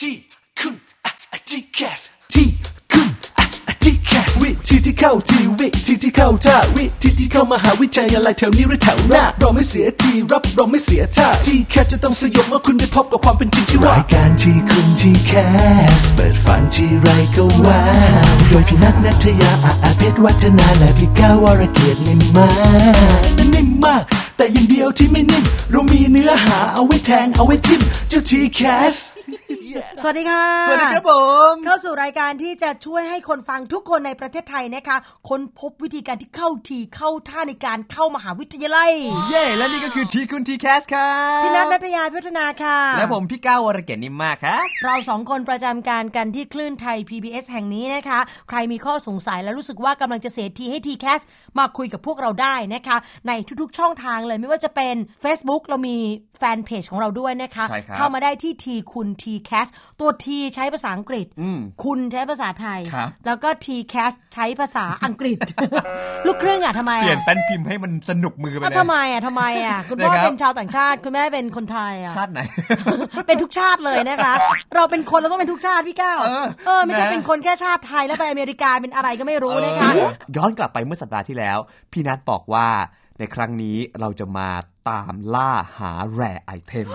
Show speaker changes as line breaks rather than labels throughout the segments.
ที่คุณอาจที่แคสที่คุณอาจที่แคสวิธีที่เข้าทีวิธีที่เข้าท่าวิธีที่เข้ามหาวิทยาลัยแถวนี้หรือแถวหน้าเราไม่เสียทีรับเราไม่เสียท่าที่แคสจะต้องสยบเมื่อคุณได้พบกับความเป็นจริงที่ว่ารายการที่คุณที่แคสเปิดฝันที่ไรก็ว่าโดยพี่นัทนัทยาอาอาเพชรวัฒนาและพี่ก้าวรเกียรตินิ่มมากนิ่มมาก แต่อย่างเดียวที่ไม่นิ่มเรามีเนื้อหาเอาไว้แทงเอาไว้ทิมเจ้าทีแคส
สวัสดีค่ะ
สวัสดีครับผม
เข้าสู่รายการที่จะช่วยให้คนฟังทุกคนในประเทศไทยนะคะค้นพบวิธีการที่เข้าทีเข้าท่าในการเข้ามหาวิทยาลัย
เย้และนี่ก็คือทีคุณทีแคสครับ
พี่นัทนัทยาพิวัฒนาค่ะ
และผมพี่ก้าววรเกียรตินิมมากครับ
เราสองคนประจำการกันที่คลื่นไทย PBS แห่งนี้นะคะ ใครมีข้อสงสัยและรู้สึกว่ากำลังจะเสียทีให้ทีแคสมาคุยกับพวกเราได้นะคะ ในทุกๆช่องทางเลยไม่ว่าจะเป็น Facebook เรามีแฟนเพจของเราด้วยนะคะ
ใช่ครับ
เข้ามาได้ที่ทีคุณทีแคสตัวทีใช้ภาษาอังกฤษ
อืม
คุณใช้ภาษาไทย
ครับ
แล้วก็ TCAS ใช้ภาษาอังกฤษ ลูกครึ่งอ่ะทำไม
เปลี่ยน
อ่ะ
แป้นพิมพ์ให้มันสนุกมือไปเล
อ้าวย ทำไมอ่ะทำไมอ่ะ คุณพ่อ
นะครับ
เป็นชาวต่างชาติ คุณแม่เป็นคนไทยอ่ะ
ชา ติไหน
เป็นทุกชาติเลยนะคะ เราเป็นคนเราต้องเป็นทุกชาติพี่ก้าว
เออ
เออ ไม่ใช่
นะ
เป็นคนแค่ชาติไทยแล้วไปอเมริกาเป็นอะไรก็ไม่รู้นะคะ
เออย้อนกลับไปเมื่อสัปดาห์ที่แล้ว พี่นัทบอกว่าในครั้งนี้เราจะมาตามล่าหาแร่ไอเทม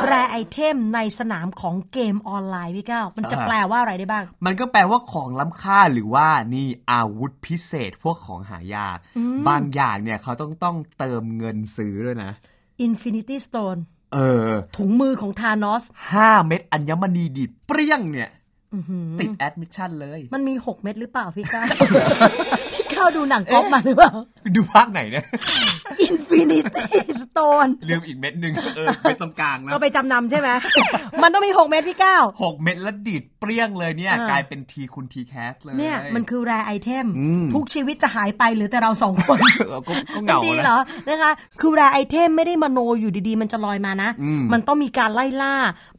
แปรไอเทมในสนามของเกมออนไลน์พี่ก้าวมันจะ
อ่า
แปลว่าอะไรได้บ้าง
มันก็แปลว่าของล้ำค่าหรือว่านี่อาวุธพิเศษพวกของหายาก บางอย่างเนี่ยเขาต้องต้องเติมเงินซื้อด้วยนะ
Infinity Stone
เออ
ถุงมือของธานอส
ห้าเม็ดอัญมณีดีดเปรี้ยงเนี่ยติดแอดมิชชั่นเลย
มันมี 6 เม็ดหรือเปล่าพี่ก้าว พี่ก้าวดูหนังก๊อฟมาหรือเปล่า
ดูภาคไหนเนี่ย
Infinity Stone
ลืมอีกเม็ดหนึ่งเออเม็ดตรงกลางนะ
ก็ไปจำนำใช่ไหม มันต้องมี 6 เม็ดพี่ก้าว
หกเม็ดแล้วดีดเปรี้ยงเลยเนี่ย
อ่า
กลายเป็นทีคุณทีแคสเลย
เนี่ยมันคือแรไอเทม
อืม
ทุกชีวิตจะหายไปเหรือแต่เราสองคน
เออก็ก็เหงา
มันดี
แล้
เหร
ว
อนะคะ คือแรไอเทมไม่ได้มโนอยู่ดีๆ มันจะลอยมานะ
อืม
มันต้องมีการไล่ล่า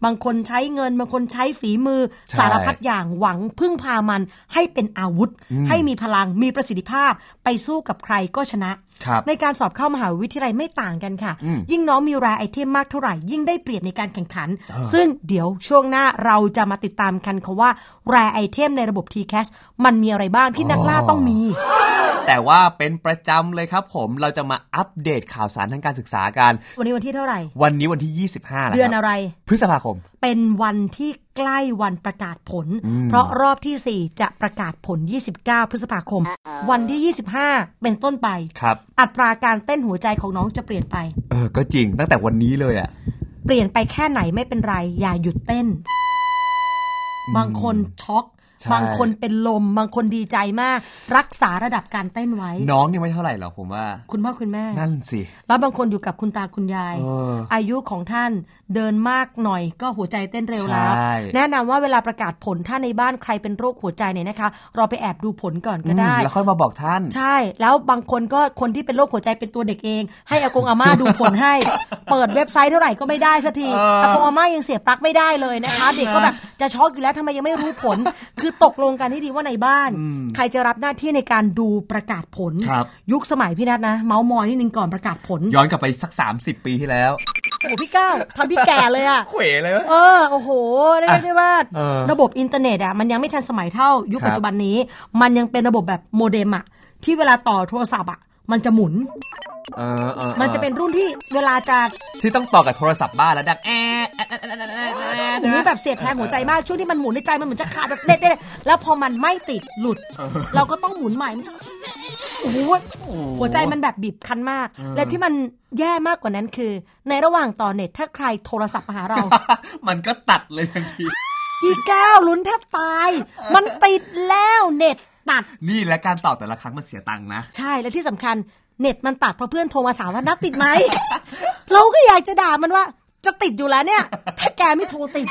บางคนใช้เงิน บางคนใช้ฝีมือ
ใช่
สารพัดอย่างหวังพึ่งพามันให้เป็นอาวุธ ให้มีพลังมีประสิทธิภาพ ไปสู้กับใครก็ชนะ
ครับ
ในการสอบเข้ามหาวิทยาลัยไม่ต่างกันค่ะ
อืม
ยิ่งน้องมีแรไอเทมมากเท่าไหร่ ยิ่งได้เปรียบในการแข่งขัน ซึ่งเดี๋ยวช่วงหน้าเราจะมาติดตามกันค่ะว่าแรไอเทมในระบบ t c a s สมันมีอะไรบ้างที่นักล่า
อ๋อ
ต้องมี
แต่ว่าเป็นประจำเลยครับผมเราจะมาอัปเดตข่าวสารทางการศึกษากัน
วันนี้วันที่เท่าไหร่
วันนี้วันที่ 25แล้ว
เดือน
ค
อะ
รับ
ไร
พฤษภาคม
เป็นวันที่ใกล้วันประกาศผล เพราะรอบทีสี่ 4 จะประกาศผล 29 พฤษภาคม วันที่ 25 เป็นต้นไป
ครับ
อัตราการเต้นหัวใจของน้องจะเปลี่ยนไป
เออ ก็จริงตั้งแต่วันนี้เลยอ่ะ
เปลี่ยนไปแค่ไหนไม่เป็นไร อย่าหยุดเต้น บางคนช็อก
ใช่
บางคนเป็นลม บางคนดีใจมาก รักษาระดับการเต้นไว้
น้องเนี่ยไม่เท่าไหร่หรอกผมว่า
คุณพ่อคุณแม่
นั่นสิ
แล้วบางคนอยู่กับคุณตาคุณยาย
เออ
อายุของท่านเดินมากหน่อยก็หัวใจเต้นเร็วแล้ว
ใช่
แนะนำว่าเวลาประกาศผลถ้าในบ้านใครเป็นโรคหัวใจเนี่ยนะคะ เราไปแอบดูผลก่อนก็ได้
อืมแล้วค่อยมาบอกท่าน
ใช่ แล้วบางคนก็คนที่เป็นโรคหัวใจเป็นตัวเด็กเอง ให้อากงอาม่าดูผล ให้ เปิดเว็บไซต์เท่าไหร่ก็ไม่ได้สักที
เอออ
อากงอาม่ายังเสียบปลั๊กไม่ได้เลยนะคะ เด็กก็แบบจะช็อกอยู่แล้วทำไมยังไม่รู้ผ ล คือตกลงกันให้ดีว่าในบ้าน ใครจะรับหน้าที่ในการดูประกาศผล ยุคสมัยพี่นัทนะ เมาส์มอยนิดนึงก่อนประกาศผล
ย้อนกลับไปสัก 30 ปีที่แล้ว
โอ้โหพี่ก้าวทำพี่แก่เลย อะ
เขวเลยวะ
เออ โอ้โหเรียกได้ว่า
เออ
ระบบอินเทอร์เน็ตอะมันยังไม่ทันสมัยเท่ายุค
ครับ
ปัจจุบันนี้ มันยังเป็นระบบแบบโมเด็มอะที่เวลาต่อโทรศัพท์อะมันจะหมุน
เออออออ
มันจะเป็นรุ่นที่เวลาจะ
ที่ต้องต่อกับโทรศัพท์บ้านแล้วดังแอะแอะแอะแอะแอะแอะแอะ
หรือแบบเสียดแทงหัวใจมาก ช่วงที่มันหมุนในใจมันเหมือนจะขาดแบบเด็ดๆแล้วพอมันไม่ติดหลุด เราก็ต้องหมุนใหม่มันจะโอ้โหหัวใจมันแบบบีบคั้นมาก และที่มันแย่มากกว่านั้นคือ ในระหว่างต่อเน็ตถ้าใครโทรศัพท์มาหาเรา
มันก็ตัดเลยทันที
พี่ก้าวลุ้นแทบตาย มันติดแล้วเน็ตตัด
นี่และการตอบแต่ละครั้งมันเสียตังค์นะ
ใช่และที่สำคัญเน็ตมันตัดเพราะเพื่อนโทรมาถามว่านัดติดไหม เราก็อยากจะด่ามันว่า จะติดอยู่แล้วเนี่ย ถ้าแกไม่โทรติด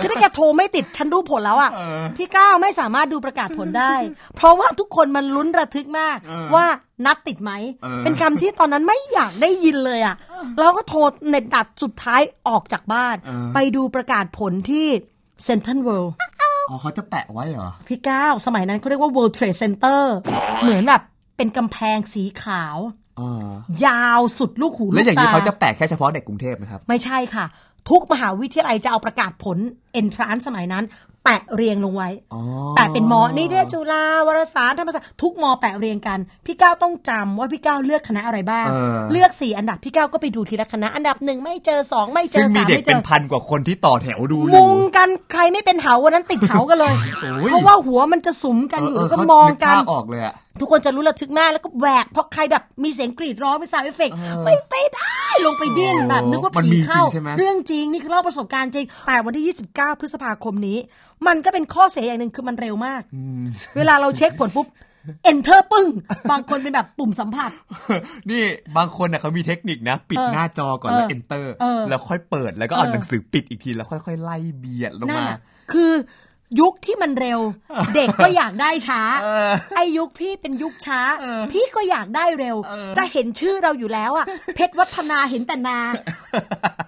คือถ้าแกโทรไม่ติดฉันรู้ผลแล้วอ่ะ พี่ก้าวไม่สามารถดูประกาศผลได้ เพราะว่าทุกคนมันลุ้นระทึกมากว่านัดติดไหม
เออ
เป็นคำที่ตอนนั้นไม่อยากได้ยินเลยอ่ะ เราก็โทรเน็ตตัดสุดท้ายออกจากบ้าน ไปดูประกาศผลที่เซนทันเวิลด์
อ๋อเขาจะแปะไว้เหรอ
พี่ก้าวสมัยนั้นเขาเรียกว่า World Trade Center เหมือนแบบเป็นกำแพงสีขาว
อ๋อ
ยาวสุดลูกหู
แล้ว
ก
อย่าง
ตา
นี้เขาจะแปะแค่เฉพาะเด็กกรุงเทพไหมครับ
ไม่ใช่ค่ะ ทุกมหาวิทยาลัยจะเอาประกาศผล entrance สมัยนั้น แปะเรียงลงไว้
อ๋อ
แปะเป็นมอนิเทศจุฬาวารสารธรรมศาสตร์ทุกมอแปะเรียงกัน พี่ก้าวต้องจำว่าพี่ก้าวเลือกคณะอะไรบ้าง
เออ
อกสี่อันดับพี่ก้าวก็ไปดูทีละคณะ อันดับหนึ่งไม่เจอสองไม่เจ
ซึ่ง
อ
มี
สาม
เด็ก
ไม่เจ
เป็น
อ
พันกว่าคนที่ต่อแถวดูอยู่
มุงกันใครไม่เป็นเหาวันนั้นติดเหากันเลย
โอ้ย
เพราะว่าหัวมันจะสุมกันอยู่
เเ
แล้วก็มอง
เขา
กัน
ภาพออกเลยอะ
ทุกคนจะรู้ระทึกมากแล้วก็แหวกเพราะใครแบบมีเสียงกรีดร้องมีซาวด์เอฟเฟกต์ไม่ติดอ้ายลงไปดิ้นแบบนึกว่า
มัน
ผี
มีจริ
เข้า
งใช่ไหม
เรื่องจริงนี่คือเล่าประสบการณ์จริง แต่วันที่ 29 พฤษภาคมนี้ มันก็เป็นข้อเสียอย่างหนึ่งคือมันเร็วมาก เวลาเราเช็คผลปุ๊บ enter ปึ้ง บางคนเป็นแบบปุ่มสัมผัส
นี่บางคนน่ะเขามีเทคนิคนะ ปิดหน้าจอก่อนแล้ว
เออ
enter
เออ
แล้วค่อยเปิดแล้วก็เอาหนังสือปิดอีกทีแล้วค่อยๆไล่เบียดลง
นั่น
มา
น่ะคือยุคที่มันเร็ว เด็กก็อยากได้ช้า
เออ
ไอ้ยุคพี่เป็นยุคช้า พี่ก็อยากได้เร็ว จะเห็นชื่อเราอยู่แล้ว อะ เพชรวัฒนาเห็นแต่นา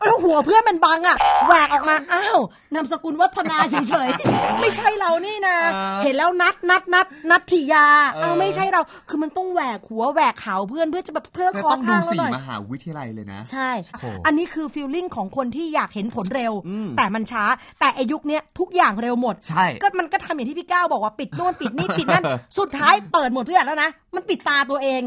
แล้วหัวเพื่อนมันบังอะแหวกออกมาอ้าวนามสกุลวัฒนาเฉยๆ ไม่ใช่เรานี่นะ
เออ
เห็นแล้วนัดนัดนัดนัดทิยา
เออ
เอ้าไม่ใช่เรา คือมันต้องแหวกหัวแหวกเขาเพื่อนเพื่อจะแบบเพื่อ
แล้ว
คล้อ
ต้
ง
องดู
ทางเรา
สี
หน่อย
มหาวิทยาลัยเลยนะ
ใช่
โอ้โห
อันนี้คือฟีลลิ่งของคนที่อยากเห็นผลเร็ว แต่มันช้า แต่ไอายุคเนี้ยทุกอย่างเร็วหมด
ใช่
ก็มันก็ทำอย่างที่พี่ก้าวบอกว่าปิดโน่นปิดนี่ ปิด นั่น สุดท้ายเปิดหมดทุกอย่างแล้วนะ มันปิดตาตัวเอง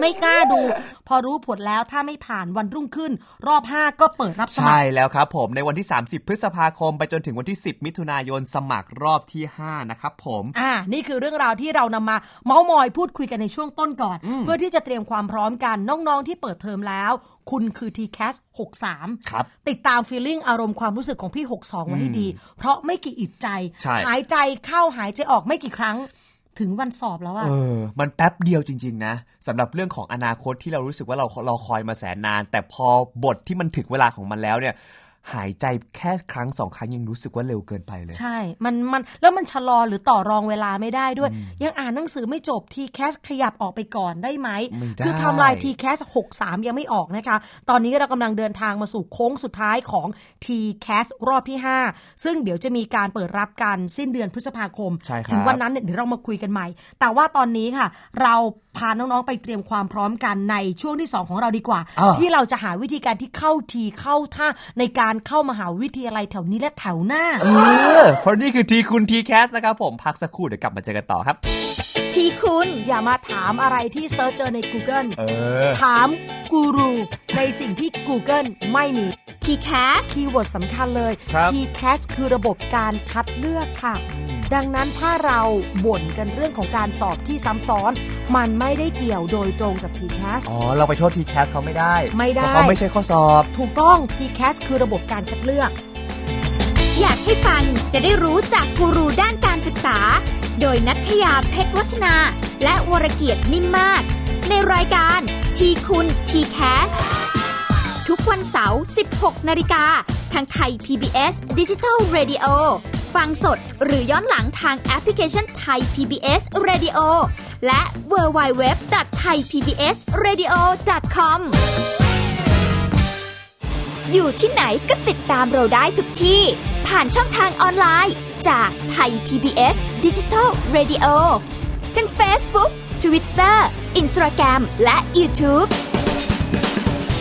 ไม่กล้าดู พอรู้ผลแล้วถ้าไม่ผ่านวันรุ่งขึ้น รอบ 5 ก็เปิดรับสมัค
ใช่
ร
แล้วครับผมในวันที่ 30 พฤษภาคม ไปจนถึงวันที่ 10 มิถุนายนสมัครรอบที่ 5 นะครับผม
อ่า นี่คือเรื่องราวที่เรานำมาเมาส์มอยพูดคุยกันในช่วงต้นก่อน เพื่อที่จะเตรียมความพร้อมกันน้องๆที่เปิดเทอมแล้ว คุณคือ t c a s 63
ครับ
ติดตามฟีลลิ่งอารมณ์ความรู้สึกของพี่ 62 ไว้ให้ดี เพราะไม่กี่อิดใจ
ใช่
หายใจเข้าหายใจออกไม่กี่ครั้งถึงวันสอบแล้วอะ
เออ มันแป๊บเดียวจริง ๆ นะสำหรับเรื่องของอนาคตที่เรารู้สึกว่าเราเราคอยมาแสนนาน แต่พอบทที่มันถึงเวลาของมันแล้วเนี่ย หายใจแค่ครั้งสองครั้งยังรู้สึกว่าเร็วเกินไปเลย
ใช่ มัน มัน แล้วมันชะลอหรือต่อรองเวลาไม่ได้ด้วย ยังอ่านหนังสือไม่จบทีแคสขยับออกไปก่อนได้ไหม
ไม่ได้
คือไทำลายทีแคส63 ยังไม่ออกนะคะ ตอนนี้เรากำลังเดินทางมาสู่โค้งสุดท้ายของ t c a s รอบที่ 5 ซึ่งเดี๋ยวจะมีการเปิดรับกันสิ้นเดือนพฤษภาคม
ใช่ครับ
ถึงวันนั้นเนี่ยเดี๋ยวเรามาคุยกันใหม่ แต่ว่าตอนนี้ค่ะ เราพาน้องๆไปเตรียมความพร้อมกันในช่วงที่สองของเราดีกว่า
อ่า
ที่เราจะหาวิธีการที่เข้าทีเข้าท่าในการเข้ามหาวิทยาลัยแถวนี้และแถวหน้า
เออเพราะนี่คือทีคุณทีแคสนะครับผมพักสักครู่เดี๋ยวกลับมาเจอกันต่อครับ
ทีคุณ อย่ามาถามอะไรที่เซิร์ชเจอใน Google
เออ
ถามกูรูในสิ่งที่ Google ไม่มี
t c a s
คีย์เวิร์ดสำคัญเลย
ครับ
T-CAS คือระบบการคัดเลือกค่ะ ดังนั้นถ้าเราบ่นกันเรื่องของการสอบที่ซ้ำซ้อน มันไม่ได้เกี่ยวโดยตรงกับ T-CAS
อ๋อ เราไปโทษทีแคสเขาไม่ได้
ไม่ได้
เพราะเขาไม่ใช่ข้อสอบ
ถูกต้อง T-CAS คือระบบการคัดเลือก
อยากให้ฟังจะได้รู้จากกูรูด้านการศึกษา โดยนัทยาเพชรวัฒนา และวรเกียดนิ่มมาก ในรายการทีคุณ t c a s สทุกวันเสาร์ 16 นาฬิกา ทางไทย PBS Digital Radio ฟังสดหรือย้อนหลังทางแอปพลิเคชันไทย PBS Radio และ w w w t h a i p b s r a d i o c o m อยู่ที่ไหนก็ติดตามเราได้ทุกที่ ผ่านช่องทางออนไลน์ จากไทย PBS Digital Radio ทั้ง Facebook Twitter Instagram และ YouTube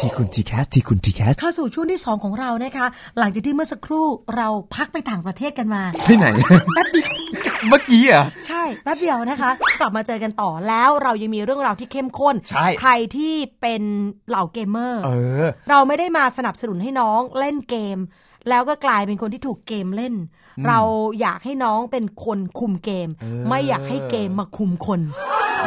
ทีคุณทีแคสทีคุณทีแคส
เข้าสู่ช่วงที่ 2 ของเรานะคะ หลังจากที่เมื่อสักครู่เราพักไปต่างประเทศกันมา
ที่ไหน เมื่อกี้อ่ะ
ใช่แป๊บเดียวนะคะ กลับมาเจอกันต่อแล้วเรายังมีเรื่องราวที่เข้มข้น
ใช่
ใครที่เป็นเหล่าเกมเมอร์
เออ
เราไม่ได้มาสนับสนุนให้น้องเล่นเกม แล้วก็กลายเป็นคนที่ถูกเกมเล่น เราอยากให้น้องเป็นคนคุมเกม ไม่อยากให้เกมมาคุมคน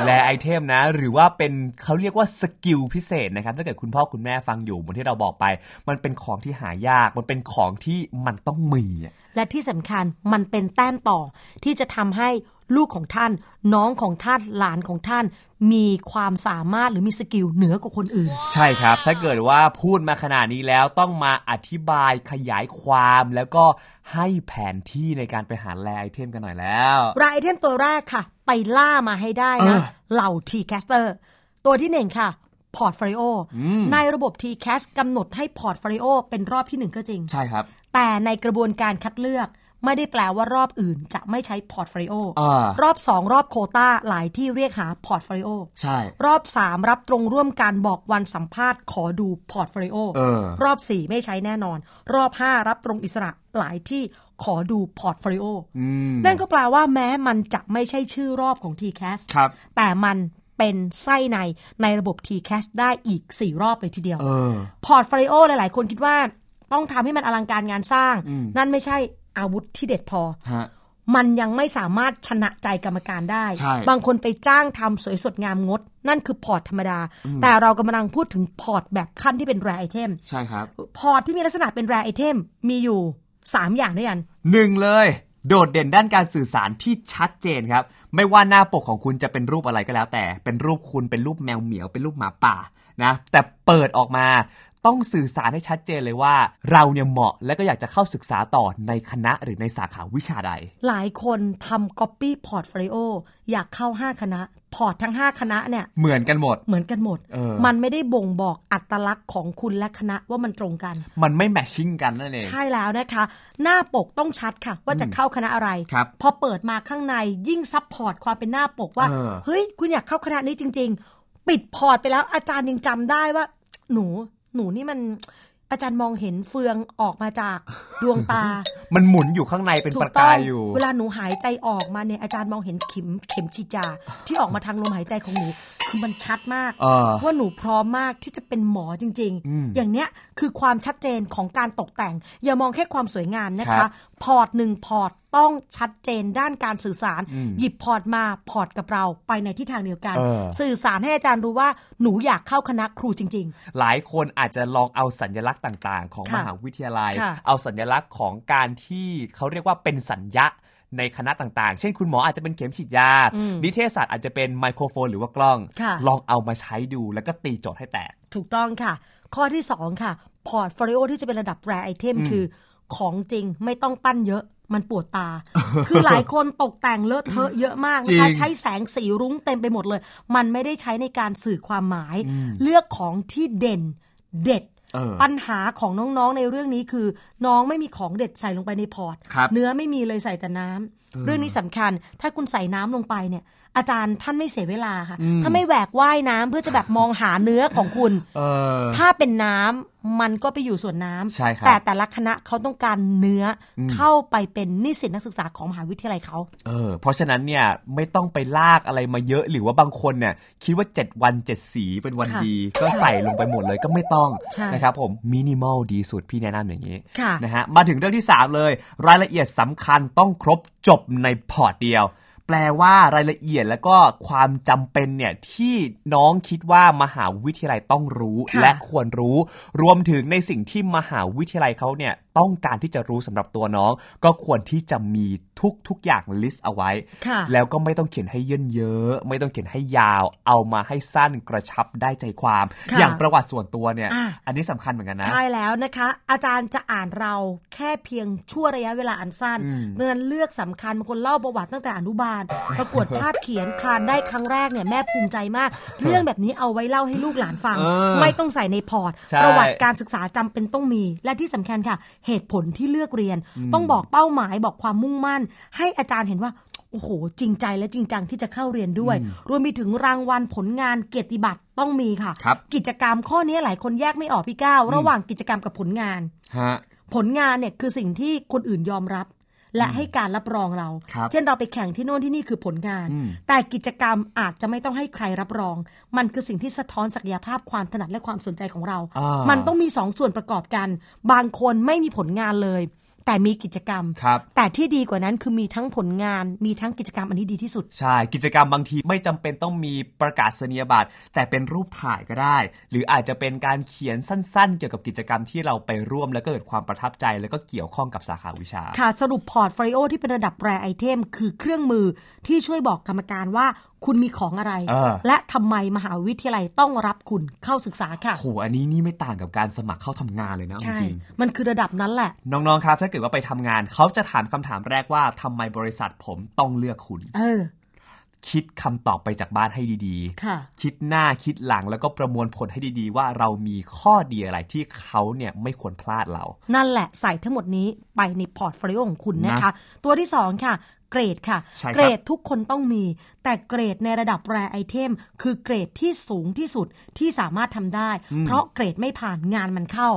และไอเทมนะ หรือว่าเป็นเขาเรียกว่าสกิลพิเศษนะครับถ้าเกิดคุณพ่อคุณแม่ฟังอยู่เหมือนที่เราบอกไป มันเป็นของที่หายาก มันเป็นของที่มันต้องมีอะ
และที่สำคัญมันเป็นแต้มต่อ ที่จะทำให้ลูกของท่าน น้องของท่านหลานของท่าน มีความสามารถหรือมีสกิลเหนือกว่าคนอื่น
ใช่ครับ ถ้าเกิดว่าพูดมาขนาดนี้แล้วต้องมาอธิบายขยายความแล้วก็ให้แผนที่ในการไปหาแลไอเทมกันหน่อยแล้ว
รายไอเทมตัวแรกค่ะ ไปล่ามาให้ได้นะ
เออ
เหล่าทีแคสเตอร์ ตัวที่หนึ่งค่ะ พอร์ตฟ o ิโอในระบบ t c a s สกำหนดให้พอร์ตฟ o ิโอเป็นรอบที่หนึ่งก็จริง
ใช่ครับ
แต่ในกระบวนการคัดเลือกไม่ได้แปลว่ารอบอื่นจะไม่ใช้พอร์ตฟ o ิโออา รอบสองรอบโควต้าหลายที่เรียกหาพอร์ตฟ o ิโอ
ใช่
รอบสามรับตรงร่วมการบอกวันสัมภาษณ์ขอดูพอร์ตฟ o ิโอ
เออ
รอบสี่ไม่ใช้แน่นอน รอบห้ารับตรงอิสระหลายที่ขอดูพอร์ตฟ o ิโอ
อืม
นั่นก็แปลว่าแม้มันจะไม่ใช่ชื่อรอบของ t c a s ส
ครับ
แต่มันเป็นไส้ในในระบบ TCAS ได้อีก 4 รอบเลยทีเดียว
เออ
พอร์ตฟ o ิโอหลายๆ คนคิดว่าต้องทำให้มันอลังการงานสร้าง นั่นไม่ใช่อาวุธที่เด็ดพอ
ฮะ
มันยังไม่สามารถชนะใจกรรมการได้
ใช่
บางคนไปจ้างทำสวยสดงามงด นั่นคือพอร์ตธรรมดา แต่เรากำลังพูดถึงพอร์ตแบบขั้นที่เป็นแรไอเทม
ใช่ครับ
พอร์ตที่มีลักษณะเป็นแรไอเทมมีอยู่ 3 อย่างด้วยกัน
หนึ่งเลย โดดเด่นด้านการสื่อสารที่ชัดเจนครับ ไม่ว่าหน้าปกของคุณจะเป็นรูปอะไรก็แล้ว แต่เป็นรูปคุณเป็นรูปแมวเหมียวเป็นรูปหมาป่านะแต่เปิดออกมา ต้องสื่อสารให้ชัดเจนเลยว่า เราเนี่ยเหมาะและก็อยากจะเข้าศึกษาต่อในคณะหรือในสาขาวิชาใด
หลายคนทำ Copy Portfolio อยากเข้า 5 คณะ พอร์ตทั้ง 5 คณะเนี่ย
เหมือนกันหมด
เหมือนกันหมด
เออ
มันไม่ได้บ่งบอกอัตลักษณ์ของคุณและคณะว่ามันตรงกัน
มันไม่แมทชิ่งกันนั่นเอง
ใช่แล้วนะคะ หน้าปกต้องชัดค่ะ ว่าจะเข้าคณะอะไร
ครับ
พอเปิดมาข้างในยิ่งซับพอร์ตความเป็นหน้าปกว่า
เออ
เฮ้ย คุณอยากเข้าคณะนี้จริง ๆ ปิดพอร์ตไปแล้วอาจารย์ยังจำได้ว่า หนู หนูนี่มัน อาจารย์มองเห็นเฟืองออกมาจากดวงตา
มันหมุนอยู่ข้างในเป็น
ถู
ประ
กต้อก
าง ยอยู่
เวลาหนูหายใจออกมาเนี่ยอาจารย์มองเห็นเข็มเข็มฉีดยาที่ออกมาทางลมหายใจของหนู คือมันชัดมาก
เออ
ว่าหนูพร้อมมากที่จะเป็นหมอจริง ๆ อย่างเนี้ยคือความชัดเจนของการตกแต่ง อย่ามองแค่ความสวยงามนะ
ครั
คะ
บ
พอร์ตหนึ่งพอร์ตต้องชัดเจนด้านการสื่อสาร หยิบพอร์ตมาพอร์ตกับเราไปในทิศทางเดียวกัน
เออ
สื่อสารให้อาจารย์รู้ว่าหนูอยากเข้าคณะครูจริง ๆ
หลายคนอาจจะลองเอาสัญลักษณ์ต่าง ๆ ของ
ค่ะ
มหาวิทยาลัย
ค่ะ
เอาสัญลักษณ์ของการที่เขาเรียกว่าเป็นสัญญะในคณะต่างๆ เช่นคุณหมออาจจะเป็นเข็มฉีดยา นิเทศศาสตร์อาจจะเป็นไมโครโฟนหรือว่ากล้อง
ค่ะ
ลองเอามาใช้ดูแล้วก็ตีโจทย์ให้แตก
ถูกต้องค่ะ ข้อที่ 2 ค่ะ พอร์ตฟ o ิโอที่จะเป็นระดับแรไอเทมคือ ของจริงไม่ต้องปั้นเยอะมันปวด ตา คือหลายคนตกแต่งเลอะเทอะเยอะมากนะคะ
จริง
ใช้แสงสีรุ้งเต็มไปหมดเลย มันไม่ได้ใช้ในการสื่อความหมาย เลือกของที่เด่นเด็ด
เออ
ปัญหาของน้องๆในเรื่องนี้คือ น้องไม่มีของเด็ดใส่ลงไปในพอร์ต
ครับ
เนื้อไม่มีเลยใส่แต่น้ำเรื่องนี้สำคัญ ถ้าคุณใส่น้ำลงไปเนี่ย อาจารย์ท่านไม่เสียเวลาค่ะ ถ้าไม่แหวกว่ายน้ำเพื่อจะแบบมองหาเนื้อของคุณ
เออ
ถ้าเป็นน้ำมันก็ไปอยู่ส่วนน้ำ
ใช่ครับ
แต่แต่ละคณะเขาต้องการเนื้ออเข้าไปเป็นนิสิตนักศึกษาของมหาวิทยาลัยเขา
เออเพราะฉะนั้นเนี่ยไม่ต้องไปลากอะไรมาเยอะหรือว่าบางคนเนี่ยคิดว่า 7 วัน 7 สีเป็นวัน
ค่ะ
ดี ก็ใส่ลงไปหมดเลยก็ไม่ต้อง
ใช่
นะครับผมมินิมอลดีสุดพี่แนะนำอย่างนี้
ค่ะ
นะฮะมาถึงเรื่องที่ 3 เลย รายละเอียดสำคัญต้องครบจบในพอร์ตเดียว แปลว่ารายละเอียดแล้วก็ความจำเป็นเนี่ยที่น้องคิดว่ามหาวิทยาลัยต้องรู้
ค่ะ
และควรรู้ รวมถึงในสิ่งที่มหาวิทยาลัยเขาเนี่ยต้องการที่จะรู้สำหรับตัวน้อง ก็ควรที่จะมีทุกๆอย่างลิสต์เอาไว้
ค่ะ
แล้วก็ไม่ต้องเขียนให้เยินเยอะไม่ต้องเขียนให้ยาว เอามาให้สั้นกระชับได้ใจความ
ค่ะ
อย่างประวัติส่วนตัวเนี่ย
อ่ะ
อันนี้สำคัญเหมือนกันนะ
ใช่แล้วนะคะ อาจารย์จะอ่านเราแค่เพียงชั่วระยะเวลาอันสั้นเงินเลือกสำคัญบางคนเล่าประวัติตั้งแต่อนุบาล ประกวดภาพเขียนคลานได้ครั้งแรกเนี่ยแม่ภูมิใจมาก เรื่องแบบนี้เอาไว้เล่าให้ลูกหลานฟัง
เออ
ไม่ต้องใส่ในพอร์ต
ใช่
ประวัติการศึกษาจำเป็นต้องมี และที่สำคัญค่ะ เหตุผลที่เลือกเรียน ต้องบอกเป้าหมายบอกความมุ่งมั่น ให้อาจารย์เห็นว่าโอ้โห จริงใจและจริงจังที่จะเข้าเรียนด้วย รวมไปถึงรางวัลผลงานเกียรติบัตรต้องมีค่ะ
ครับ
กิจกรรมข้อนี้หลายคนแยกไม่ออกพี่ก้าวระหว่างกิจกรรมกับผลงาน
ฮะ
ผลงานเนี่ยคือสิ่งที่คนอื่นยอมรับ และให้การรับรองเรา
ครับ
เช่นเราไปแข่งที่โน่นที่นี่คือผลงาน แต่กิจกรรมอาจจะไม่ต้องให้ใครรับรอง มันคือสิ่งที่สะท้อนศักยภาพความถนัดและความสนใจของเรา
อ่ามั
มันต้องมีสองส่วนประกอบกัน บางคนไม่มีผลงานเลย แต่มีกิจกรรม
ครับ
แต่ที่ดีกว่านั้นคือมีทั้งผลงาน มีทั้งกิจกรรมอันนี้ดีที่สุด
ใช่ กิจกรรมบางทีไม่จำเป็นต้องมีประกาศนียบัตรแต่เป็นรูปถ่ายก็ได้ หรืออาจจะเป็นการเขียนสั้นๆ เกี่ยวกับกิจกรรมที่เราไปร่วม แล้วก็เกิดความประทับใจ แล้วก็เกี่ยวข้องกับสาขาวิชา
ค่ะสรุปพอร์ตฟ o ิโอที่เป็นระดับแรไอเทม คือเครื่องมือที่ช่วยบอกกรรมการว่าคุณมีของอะไร
เออ
และทำไมมหาวิทยาลัยต้องรับคุณเข้าศึกษาค่ะ
โหอันนี้นี่ไม่ต่างกับการสมัครเข้าทำงานเลยนะเอา
ใช่
จริง
มันคือระดับนั้นแหละ
น้อง ๆ ครับ ถ้าเกิดว่าไปทำงาน เขาจะถามคำถามแรกว่าทำไมบริษัทผมต้องเลือกคุณ
เออ
คิดคำตอบไปจากบ้านให้ดีๆ
ค่ะ
คิดหน้าคิดหลังแล้วก็ประมวลผลให้ดีๆ ว่าเรามีข้อดีอะไรที่เขาเนี่ยไม่ควรพลาดเรา
นั่นแหละใส่ทั้งหมดนี้ไปในพอร์ตโฟลิโอของคุณนะคะ ตัวที่ 2 ค่ะ เกรดค่ะ
ใช่ครับ
เกรดทุกคนต้องมี แต่เกรดในระดับแรไอเทม คือเกรดที่สูงที่สุดที่สามารถทำได้ เพราะเกรดไม่ผ่านงานมันเข้า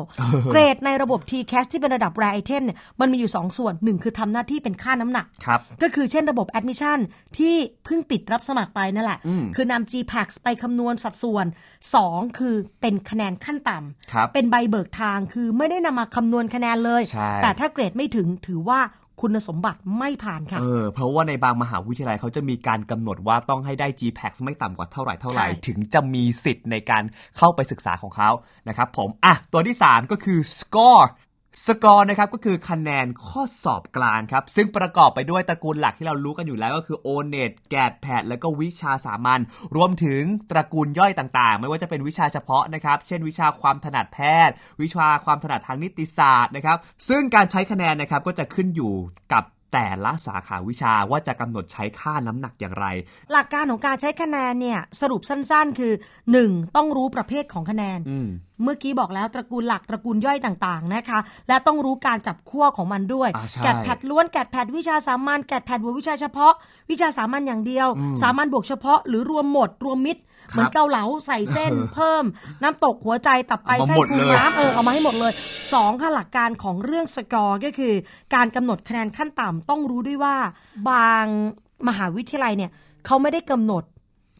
เกรดในระบบ t c a s ที่เป็นระดับแรไอเทมเนี่ยมันมีอยู่ 2 ส่วน 1 คือทำหน้าที่เป็นค่าน้ำหนัก
ครับ
ก็คือเช่นระบบ Admission ที่เพิ่งปิดรับสมัครไปนั่นแหละ
อืม
คือนำ g p a c ไปคำนวณสัดส่วน 2 คือเป็นคะแนนขั้นต่
ครับ
ำเป็นใบเบิกทางคือไม่ได้นำมาคำนวณคะแนนเลย
ใช่
แต่ถ้าเกรดไม่ถึงถือว่าคุณสมบัติไม่ผ่านค่ะ
เออเพราะว่าในบางมหาวิทยาลัยเขาจะมีการกำหนดว่าต้องให้ได้ GPAX ไม่ต่ำกว่าเท่าไหร่เท่าไหร่
ใช่
ถึงจะมีสิทธิ์ในการเข้าไปศึกษาของเขานะครับผม อ่ะ ตัวที่ 3 ก็คือ score score นะครับก็คือคะแนนข้อสอบกลางครับ ซึ่งประกอบไปด้วยตระกูลหลักที่เรารู้กันอยู่แล้วก็คือ ONET g a t p a t แล้วก็วิชาสามัญรวมถึงตระกูลย่อยต่างๆ ไม่ว่าจะเป็นวิชาเฉพาะนะครับ เช่นวิชาความถนัดแพทย์ วิชาความถนัดทางนิติศาสตร์นะครับ ซึ่งการใช้คะแนนนะครับก็จะขึ้นอยู่กับ แต่ละสาขาวิชาว่าจะกำหนดใช้ค่าน้ำหนักอย่างไร
หลักการของการใช้คะแนนเนี่ยสรุปสั้นๆ คือ 1. ต้องรู้ประเภทของคะแนน
อืม
เมื่อกี้บอกแล้วตระกูลหลักตระกูลย่อยต่างๆนะคะ และต้องรู้การจับขั้วของมันด้วย
อ่าใช่
แกดแพดล้วนแกดแพดวิชาสามัญแกดแพดบวกวิชาเฉพาะ วิชาสามัญอย่างเดียว สามัญบวกเฉพาะ หรือรวมหมด รวมมิด
ครับ
เหมือนเกาเหลาใส่เส้น เพิ่ม น้ำตกหัวใจตับไต
เอามา
ไส้
หมด
พุง
เลย
น้ำเออเอามาให้หมดเลยสองค่ะหลักการของเรื่องสกอร์ก็คือ การกำหนดคะแนนขั้นต่ำต้องรู้ด้วยว่า บางมหาวิทยาลัยเนี่ยเขาไม่ได้กำหนด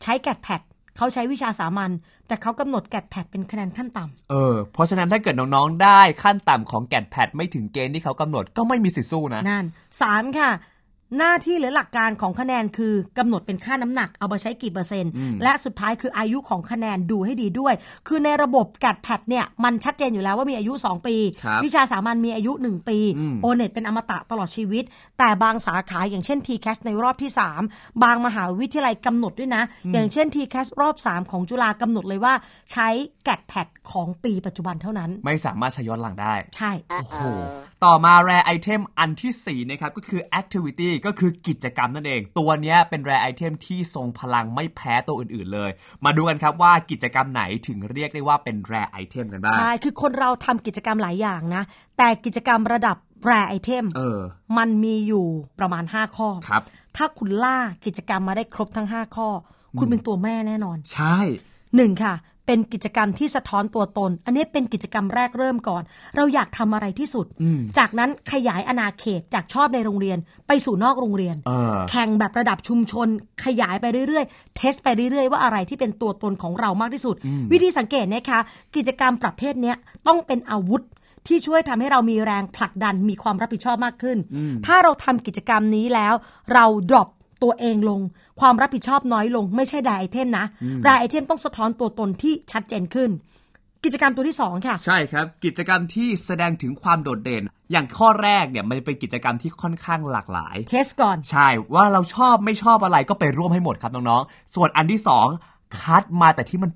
ใช้แกดแพดเขาใช้วิชาสามัญแต่เขากำหนดแกดแพดเป็นคะแนนขั้นต่ำ
เออ เพราะฉะนั้นถ้าเกิดน้องๆ ได้ขั้นต่ำของแกดแพดไม่ถึงเกณฑ์ที่เขากำหนดก็ไม่มีสิทธิ์สู้นะ
นั่นสามค่ะ หน้าที่หรือหลักการของคะแนนคือกำหนดเป็นค่าน้ำหนักเอามาใช้กี่เปอร์เซ็นต์ และสุดท้ายคืออายุของคะแนนดูให้ดีด้วย คือในระบบกัดแพดเนี่ยมันชัดเจนอยู่แล้วว่ามีอายุ 2 ปี
ครับ
วิชาสามัญมีอายุ 1 ปี
อืม
โอเน็ตเป็นอมตะตลอดชีวิต แต่บางสาขาอย่างเช่น t c a s ในรอบที่ 3 บางมหาวิทยาลัยกำหนดด้วยนะ อย่างเช่น t c a s รอบ 3 ของจุฬากำหนดเลยว่าใช้กัดแพดของปีปัจจุบันเท่านั้น
ไม่สามารถใช้ย้อนหลังได้
ใช่
โอ้โห ต่อมาแรไอเทมอันทีสี่4 นะครับ ก็คือ activity ก็คือกิจกรรมนั่นเอง ตัวเนี้ยเป็นแรไอเทมที่ทรงพลังไม่แพ้ตัวอื่นๆเลย มาดูกันครับว่ากิจกรรมไหนถึงเรียกได้ว่าเป็นแรไอเทมกันบ้าง
ใช่ คือคนเราทำกิจกรรมหลายอย่างนะ แต่กิจกรรมระดับแรไอเทม
เออ
มันมีอยู่ประมาณ 5 ข้อ
ครับ
ถ้าคุณล่ากิจกรรมมาได้ครบทั้ง 5 ข้อ คุณเป็นตัวแม่แน่นอน
ใช่
หนึ่งค่ะ เป็นกิจกรรมที่สะท้อนตัวตน อันนี้เป็นกิจกรรมแรกเริ่มก่อน เราอยากทำอะไรที่สุด จากนั้นขยายอาณาเขตจากชอบในโรงเรียน ไปสู่นอกโรงเรียน
เออ
แข่งแบบระดับชุมชน ขยายไปเรื่อยๆ เทสไปเรื่อยๆ ว่าอะไรที่เป็นตัวตนของเรามากที่สุด วิธีสังเกตนะคะ กิจกรรมประเภทเนี้ยต้องเป็นอาวุธที่ช่วยทำให้เรามีแรงผลักดันมีความรับผิดชอบมากขึ้น ถ้าเราทำกิจกรรมนี้แล้ว เราดรอปตัวเองลง ความรับผิดชอบน้อยลง ไม่ใช่รายไอเทมนะรายไอเทมต้องสะท้อนตัวตนที่ชัดเจนขึ้น กิจกรรมตัวที่สองค่ะ
ใช่ครับ กิจกรรมที่แสดงถึงความโดดเด่น อย่างข้อแรกเนี่ยมันเป็นกิจกรรมที่ค่อนข้างหลากหลาย
เทสก่อน
ใช่ว่าเราชอบไม่ชอบอะไรก็ไปร่วมให้หมดครับน้องๆ ส่วนอันที่สองคัดมาแต่ที่มัน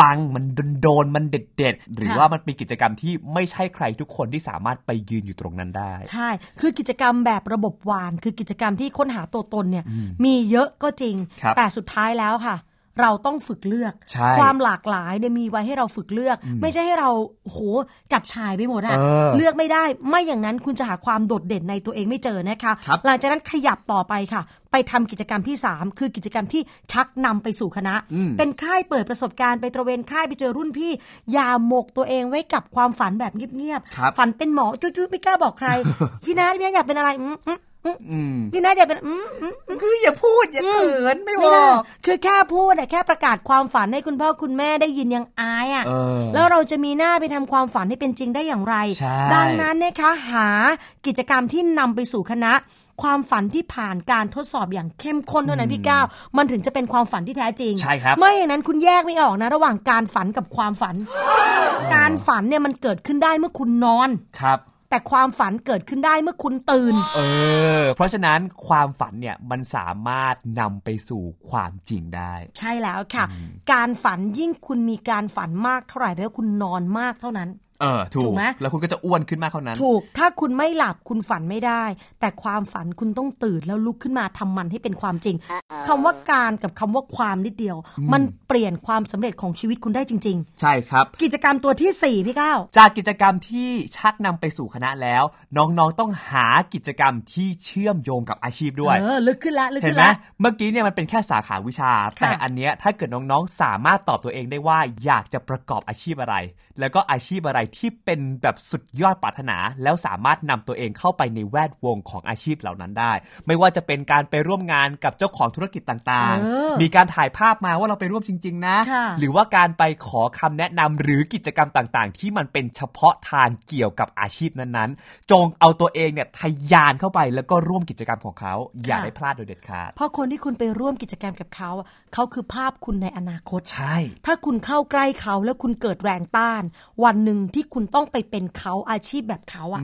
ปังๆ มันโดนๆมันเด็ดๆ หรือ
ค่ะ
ว่ามันเป็นกิจกรรมที่ไม่ใช่ใครทุกคนที่สามารถไปยืนอยู่ตรงนั้นได้
ใช่ คือกิจกรรมแบบระบบวาน คือกิจกรรมที่ค้นหาตัวตนเนี่ย มีเยอะก็จริง
ครับ
แต่สุดท้ายแล้วค่ะ เราต้องฝึกเลือก
ใช่
ความหลากหลายเนี่ยมีไว้ให้เราฝึกเลือก ไม่ใช่ให้เราโอ้โหจับชายไปหมดอะ
เออ
เลือกไม่ได้ ไม่อย่างนั้นคุณจะหาความโดดเด่นในตัวเองไม่เจอนะคะ
ครับ
หลังจากนั้นขยับต่อไปค่ะ ไปทำกิจกรรมที่ 3 คือกิจกรรมที่ชักนำไปสู่คณะ
อืม
เป็นค่ายเปิดประสบการณ์ไปตระเวนค่ายไปเจอรุ่นพี่ อย่าหมกตัวเองไว้กับความฝันแบบเงียบ
ครับ
ๆ ฝันเป็นหมอจู่ๆไม่กล้า บอกใคร พี่นัทพี่นัทอยากเป็นอะไรอืมอืมอืม
อืม
พี่นัทอยากเป็นอืมอืมอืม
คืออย่าพูดอย่าเขินไม่
ไม่
บ
ได้
อก
คือแค่พูดอะแค่ประกาศความฝันให้คุณพ่อคุณแม่ได้ยินยังอายอะ
เออ
แล้วเราจะมีหน้าไปทำความฝันให้เป็นจริงได้อย่างไร
ใช่
ดังนั้นนะคะหากิจกรรมที่นำไปสู่คณะ ความฝันที่ผ่านการทดสอบอย่างเข้มข้นเท่านั้นพี่ก้าวมันถึงจะเป็นความฝันที่แท้จริง
ใช่ครับ
ไม่อย่างนั้นคุณแยกไม่ออกนะ ระหว่างการฝันกับความฝัน การฝันเนี่ยมันเกิดขึ้นได้เมื่อคุณนอน
ครับ
แต่ความฝันเกิดขึ้นได้เมื่อคุณตื่น
เออ เพราะฉะนั้นความฝันเนี่ยมันสามารถนำไปสู่ความจริงได้
ใช่แล้วค่ะ การฝันยิ่งคุณมีการฝันมากเท่าไหร่แปลว่าคุณนอนมากเท่านั้น
เ เออถู
ถู
ก
กไหม
แล้วคุณก็จะอ้วนขึ้นมากเท่านั้น
ถูกถ้าคุณไม่หลับคุณฝันไม่ได้ แต่ความฝันคุณต้องตื่นแล้วลุกขึ้นมาทำมันให้เป็นความจริงคำว่าการกับคำว่าความนิดเดียว มันเปลี่ยนความสำเร็จของชีวิตคุณได้จริง
ใช่ครับ
ๆ กิจกรรมตัวที่สี่พี่ก้าว
จากกิจกรรมที่ชักนำไปสู่คณะแล้ว น้องๆต้องหากิจกรรมที่เชื่อมโยงกับอาชีพด้วย
เออ ลึกขึ้นละ ลึก
เห็น
ขึ้น
ไหม
ละ
เมื่อกี้เนี่ยมันเป็นแค่สาขาวิชา
ค่ะ
แต่อันเนี้ยถ้าเกิดน้องๆสามารถตอบตัวเองได้ว่าอยากจะประกอบอาชีพอะไร แล้วก็อาชีพอะไรที่เป็นแบบสุดยอดปรารถนา แล้วสามารถนำตัวเองเข้าไปในแวดวงของอาชีพเหล่านั้นได้ ไม่ว่าจะเป็นการไปร่วมงานกับเจ้าของธุรกิจต่าง
เออ
มีการถ่ายภาพมาว่าเราไปร่วมจริง ๆ นะ
ค่ะ
หรือว่าการไปขอคำแนะนำหรือกิจกรรมต่างๆ ที่มันเป็นเฉพาะทางเกี่ยวกับอาชีพนั้นๆ จงเอาตัวเองเนี่ยทะยานเข้าไปแล้วก็ร่วมกิจกรรมของเขาอย่าได้พลาดโดยเด็ดขาด
เพราะคนที่คุณไปร่วมกิจกรรมกับเขาอะเขาคือภาพคุณในอนาคต
ใช่
ถ้าคุณเข้าใกล้เขาแล้วคุณเกิดแรงต้าน วันหนึ่งที่คุณต้องไปเป็นเขาอาชีพแบบเขาอ่ะ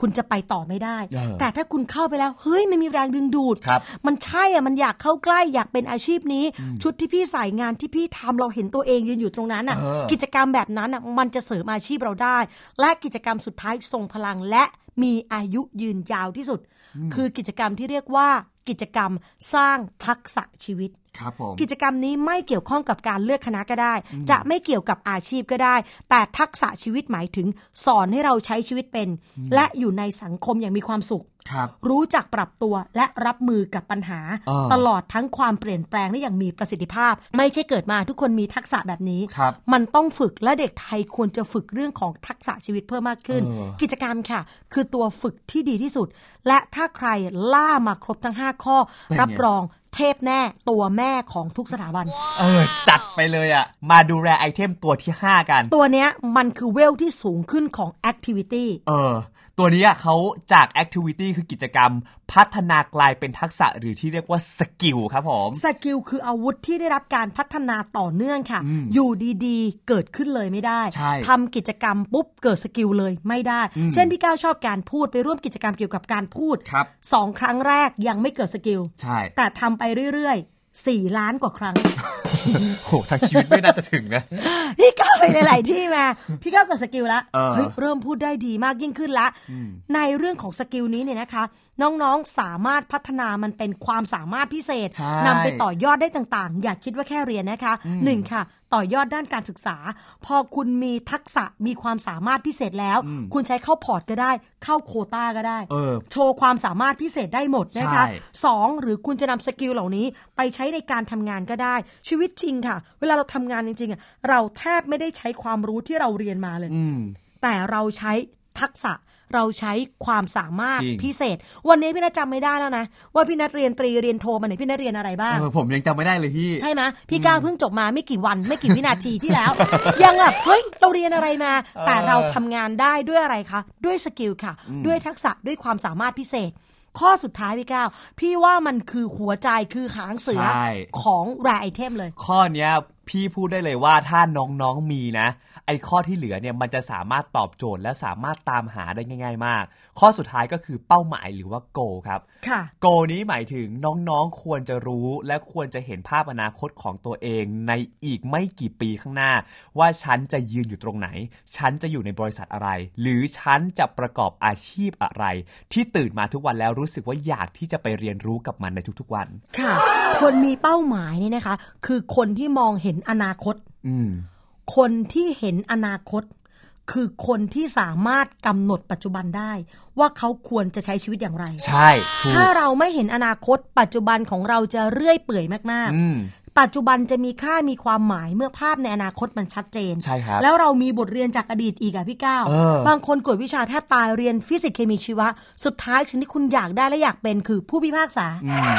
คุณจะไปต่อไม่ได้
เออ
แต่ถ้าคุณเข้าไปแล้ว เฮ้ยมันมีแรงดึงดูด
ครับ
มันใช่อ่ะมันอยากเข้าใกล้อยากเป็นอาชีพนี้ ชุดที่พี่ใส่งานที่พี่ทำเราเห็นตัวเองยืนอยู่ตรงนั้นอ่ะ
เออ
กิจกรรมแบบนั้นอ่ะมันจะเสริมอาชีพเราได้ และกิจกรรมสุดท้ายทรงพลังและมีอายุยืนยาวที่สุด คือกิจกรรมที่เรียกว่ากิจกรรมสร้างทักษะชีวิต
ครับผม
กิจกรรมนี้ไม่เกี่ยวข้องกับการเลือกคณะก็ได้ จะไม่เกี่ยวกับอาชีพก็ได้ แต่ทักษะชีวิตหมายถึง สอนให้เราใช้ชีวิตเป็น และอยู่ในสังคมอย่างมีความสุข
ครับ
รู้จักปรับตัวและรับมือกับปัญหา
อ่า
ตลอดทั้งความเปลี่ยนแปลงได้อย่างมีประสิทธิภาพ ไม่ใช่เกิดมาทุกคนมีทักษะแบบนี้
ครับ
มันต้องฝึกและเด็กไทยควรจะฝึกเรื่องของทักษะชีวิตเพิ่มมากขึ้น
เออ
กิจกรรมค่ะ คือตัวฝึกที่ดีที่สุด และถ้าใครล่ามาครบทั้ง 5 ข้อ รับรองเทพแน่ตัวแม่ของทุกสถาบัน
เออ จัดไปเลยอ่ะ มาดูแลไอเทมตัวที่ 5 กัน
ตัวเนี้ยมันคือเวลที่สูงขึ้นของ Activity
เออ ตัวเนี้ยเขาจาก Activity คือกิจกรรม พัฒนากลายเป็นทักษะหรือที่เรียกว่าสกิลครับผม
สกิลคืออาวุธที่ได้รับการพัฒนาต่อเนื่องค่ะ อยู่ดีๆ เกิดขึ้นเลยไม่ได้
ใช่
ทำกิจกรรมปุ๊บเกิดสกิลเลยไม่ได้ เช่นพี่ก้าวชอบการพูดไปร่วมกิจกรรมเกี่ยวกับการพูด
ครับ
สองครั้งแรกยังไม่เกิดสกิล
ใช่
แต่ทำไปเรื่อยๆ 4 ล้านกว่าครั้ง
โหทั้งชีวิตไม่น่าจะถึงนะ
พี่ก้าวไปหลายๆที่มา พี่ก้าวกับสกิลละ
เออ
เฮ้ยเริ่มพูดได้ดีมากยิ่งขึ้นละ ในเรื่องของสกิลนี้เนี่ยนะคะ น้องๆสามารถพัฒนามันเป็นความสามารถพิเศษ
ใช่
นำไปต่อยอดได้ต่างๆ อย่าคิดว่าแค่เรียนนะคะหนึ่งค่ะ ต่อยอดด้านการศึกษา พอคุณมีทักษะมีความสามารถพิเศษแล้ว คุณใช้เข้าพอร์ตก็ได้ เข้าโควต้าก็ได้
เออ
โชว์ความสามารถพิเศษได้หมดนะคะ
ใช่
สองหรือคุณจะนำสกิลเหล่านี้ไปใช้ในการทำงานก็ได้ ชีวิตจริงค่ะ เวลาเราทำงานจริงๆอะเราแทบไม่ได้ใช้ความรู้ที่เราเรียนมาเลย
อืม
แต่เราใช้ทักษะเราใช้ความสามารถ
จริง
พิเศษ วันนี้พี่นัทจำไม่ได้แล้วนะ ว่าพี่นัทเรียนตรีเรียนโทมาเนี่ยพี่นัทเรียนอะไรบ้าง
เออ ผมยังจำไม่ได้เลยพี่
ใช่ไหมพี่ก้าวเพิ่งจบมาไม่กี่วันไม่กี่วินาทีที่แล้ว ยังแบบเฮ้ยเราเรียนอะไรมา แต่เราทำงานได้ด้วยอะไรคะ ด้วยสกิลค่ะ ด้วยทักษะด้วยความสามารถพิเศษ ข้อสุดท้ายพี่ก้าวพี่ว่ามันคือหัวใจคือหางเสือ
ใช่
ของแรไอเทมเลย
ข้อเนี้ยพี่พูดได้เลยว่าถ้าน้องๆมีนะ ไอ้ข้อที่เหลือเนี่ยมันจะสามารถตอบโจทย์และสามารถตามหาได้ง่าย ๆ มาก ข้อสุดท้ายก็คือเป้าหมายหรือว่า goal ครับ
ค่ะ
โกนี้หมายถึงน้องๆ ควรจะรู้และควรจะเห็นภาพอนาคตของตัวเองในอีกไม่กี่ปีข้างหน้า ว่าฉันจะยืนอยู่ตรงไหน ฉันจะอยู่ในบริษัทอะไร หรือฉันจะประกอบอาชีพอะไร ที่ตื่นมาทุกวันแล้วรู้สึกว่าอยากที่จะไปเรียนรู้กับมันในทุกๆวัน
ค่ะ คนมีเป้าหมายเนี่ยนะคะ คือคนที่มองเห็นอนาคต
อืม
คนที่เห็นอนาคต คือคนที่สามารถกำหนดปัจจุบันได้ ว่าเขาควรจะใช้ชีวิตอย่างไร
ใช่ถูก
ถ้าเราไม่เห็นอนาคต ปัจจุบันของเราจะเรื่อยเปื่อยมาก
อืม
ๆ ปัจจุบันจะมีค่ามีความหมายเมื่อภาพในอนาคตมันชัดเจน
ใช่ครับ
แล้วเรามีบทเรียนจากอดีตอีกอะพี่ก้าว
เออ
บางคนกวดวิชาแทบตายเรียนฟิสิกส์เคมีชีวะ สุดท้ายสิ่งที่คุณอยากได้และอยากเป็นคือผู้พิพากษา
อืม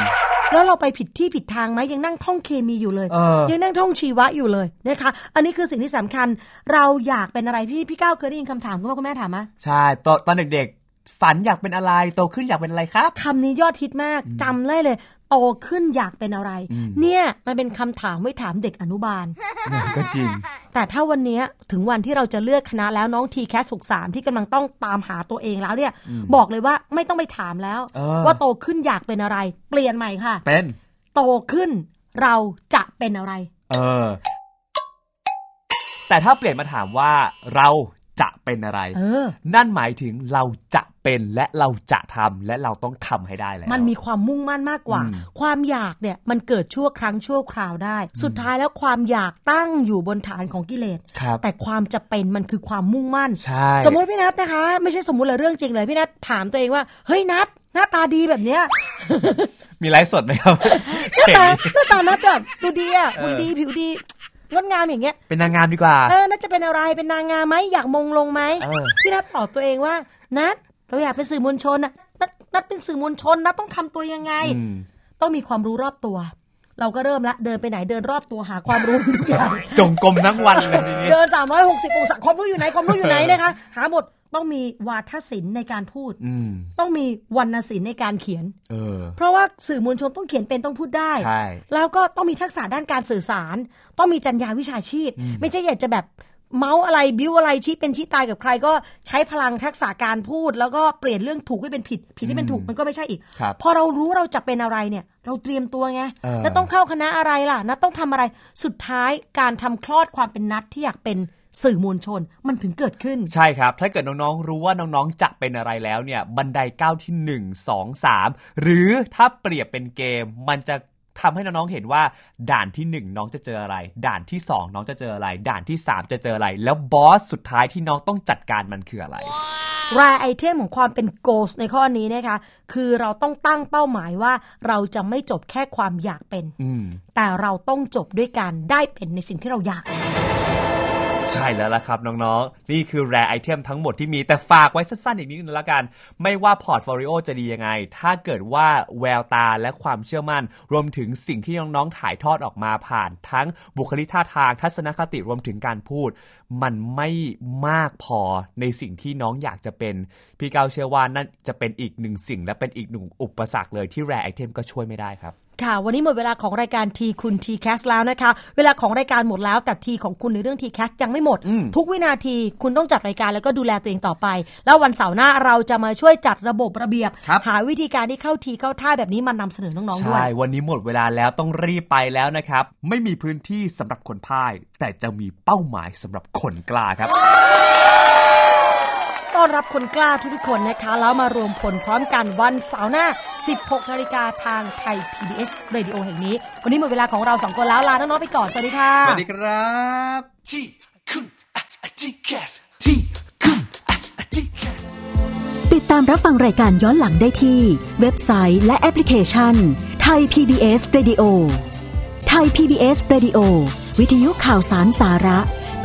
แล้วเราไปผิดที่ผิดทางไหมยังนั่งท่องเคมีอยู่เลย
เออ
ยังนั่งท่องชีวะอยู่เลยนะคะ อันนี้คือสิ่งที่สำคัญ เราอยากเป็นอะไรพี่พี่ก้าวเคยได้ยินคำถามคุณพ่อคุณแม่ถามไหม
ใช่ตอนตอนเด็กๆ ฝันอยากเป็นอะไรโตขึ้นอยากเป็นอะไรครับ
คำนี้ยอดฮิตมากจำได้เลย โตขึ้นอยากเป็นอะไร เนี่ยมันเป็นคำถามไม่ถามเด็กอนุบาล
ก็จริง
แต่ถ้าวันเนี้ยถึงวันที่เราจะเลือกคณะแล้วน้องทีแคสสามที่กำลังต้องตามหาตัวเองแล้วเนี่ย บอกเลยว่าไม่ต้องไปถามแล้ว
เออ
ว่าโตขึ้นอยากเป็นอะไร เปลี่ยนใหม่ค่ะ
เป็น
โตขึ้นเราจะเป็นอะไร
เออ แต่ถ้าเปลี่ยนมาถามว่าเรา จะเป็นอะไร
เออ
นั่นหมายถึงเราจะเป็นและเราจะทำและเราต้องทำให้ได้แล้ว
มันมีความมุ่งมั่นมากกว่า
อืม
ความอยากเนี่ยมันเกิดชั่วครั้งชั่วคราวได้ สุดท้ายแล้วความอยากตั้งอยู่บนฐานของกิเลส
ครับ
แต่ความจะเป็นมันคือความมุ่งมั่น
ใช่
สมมติพี่นัทนะคะ ไม่ใช่สมมติเลยเรื่องจริงเลยพี่นัทถามตัวเองว่า เฮ้ยนัทหน้าตาดีแบบเนี้ย
มีไลฟ์สดไหม ครับ
หน้า
เห็น
ตาห
ดิ
น้าตานัทแบบดูดีอ่ะ
เออ
คุณดีผิวดีงดงามอย่างเงี้ย
เป็นนางงามดีกว่า
เออนัทจะเป็นอะไรเป็นนางงามไหมอยากมงลงไหม
เออ
พี่นัทตอบตัวเองว่านัทเราอยากเป็นสื่อมวลชนนะนัทนัทเป็นสื่อมวลชนนัทต้องทำตัวยังไง
อืม
ต้องมีความรู้รอบตัว เราก็เริ่มละเดินไปไหนเดินรอบตัวหาความรู้ ทุกอย่าง
จงกรมทั้งวันเลยทีนี้
เดิน 360องศาความรู้อยู่ไหนความรู้อยู่ไหน นะคะ หาหมดต้องมีวาทศิลป์ในการพูด
อืม
ต้องมีวรรณศิลป์ในการเขียน
เออ
เพราะว่าสื่อมวลชนต้องเขียนเป็นต้องพูดได้
ใช่
แล้วก็ต้องมีทักษะด้านการสื่อสาร ต้องมีจรรยาวิชาชีพ ไม่ใช่อยากจะแบบเมาส์อะไรบิ้วอะไรชี้เป็นชี้ตายกับใคร ก็ใช้พลังทักษะการพูด แล้วก็เปลี่ยนเรื่องถูกให้เป็นผิด ผิดให้เป็นถูกมันก็ไม่ใช่อีก
ครับ
พอเรารู้เราจะเป็นอะไรเนี่ย เราเตรียมตัวไง
เออ
แล้วต้องเข้าคณะอะไรล่ะนัดต้องทำอะไร สุดท้ายการทำคลอดความเป็นนัดที่อยากเป็นสื่อมวลชน มันถึงเกิดขึ้น
ใช่ครับ ถ้าเกิดน้องๆ รู้ว่าน้องๆ จะเป็นอะไรแล้วเนี่ย บันไดก้าวที่ 1 2 3 หรือถ้าเปรียบเป็นเกม มันจะทำให้น้องๆ เห็นว่า ด่านที่ 1 น้องจะเจออะไร ด่านที่ 2 น้องจะเจออะไร ด่านที่ 3 จะเจออะไร แล้วบอสสุดท้ายที่น้องต้องจัดการมันคืออะไร
รายไอเทมของความเป็นโกสในข้อนี้นะคะ คือเราต้องตั้งเป้าหมายว่าเราจะไม่จบแค่ความอยากเป็น
อืม
แต่เราต้องจบด้วยการได้เป็นในสิ่งที่เราอยาก
ใช่แล้วล่ะครับน้องๆ นี่คือแรไอเทมทั้งหมดที่มีแต่ฝากไว้สั้นๆ อีกนิดนึงละกัน ไม่ว่าพอร์ตโฟลิโอจะดียังไง ถ้าเกิดว่าแววตาและความเชื่อมั่น รวมถึงสิ่งที่น้องๆ ถ่ายทอดออกมาผ่าน ทั้งบุคลิกท่าทางทัศนคติรวมถึงการพูด มันไม่มากพอในสิ่งที่น้องอยากจะเป็น พี่เกาวเชื่อว่านั่นจะเป็นอีกหนึ่งสิ่งและเป็นอีกหนึ่งอุปสรรคเลยที่แรไอเทมก็ช่วยไม่ได้ครับ
ค่ะ วันนี้หมดเวลาของรายการทีคุณทีแคสแล้วนะคะ เวลาของรายการหมดแล้วแต่ทีของคุณในเรื่องทีแคสยังไม่หมด ทุกวินาทีคุณต้องจัดรายการแล้วก็ดูแลตัวเองต่อไป แล้ววันเสาร์หน้าเราจะมาช่วยจัดระบบระเบียบ
ครับ
หาวิธีการที่เข้าทีเข้าท่าแบบนี้มานำเสนอน้องๆด้ว
ใช่
ย
วันนี้หมดเวลาแล้วต้องรีบไปแล้วนะครับ ไม่มีพื้นที่สำหรับคนพ่าย แต่จะมีเป้าหมายสำหรับคนกล้าครับ
ต้อนรับคนกล้าทุกๆคนนะคะ แล้วมารวมผลพร้อมกันวันเสาร์หน้า 16 นาฬิกาทางไทย PBS Radio แห่งนี้ วันนี้หมดเวลาของเราสองคนแล้วลาน้องๆไปก่อน สวัสดีค่ะ
สวัสดีครับ
ที่คุณอาจจะแคสที่คุณอาจจะแคส
ติดตามรับฟังรายการย้อนหลังได้ที่ เว็บไซต์และแอปพลิเคชันไทย PBS Radio ไทย PBS Radio วิทยุข่าวสารสาระ เ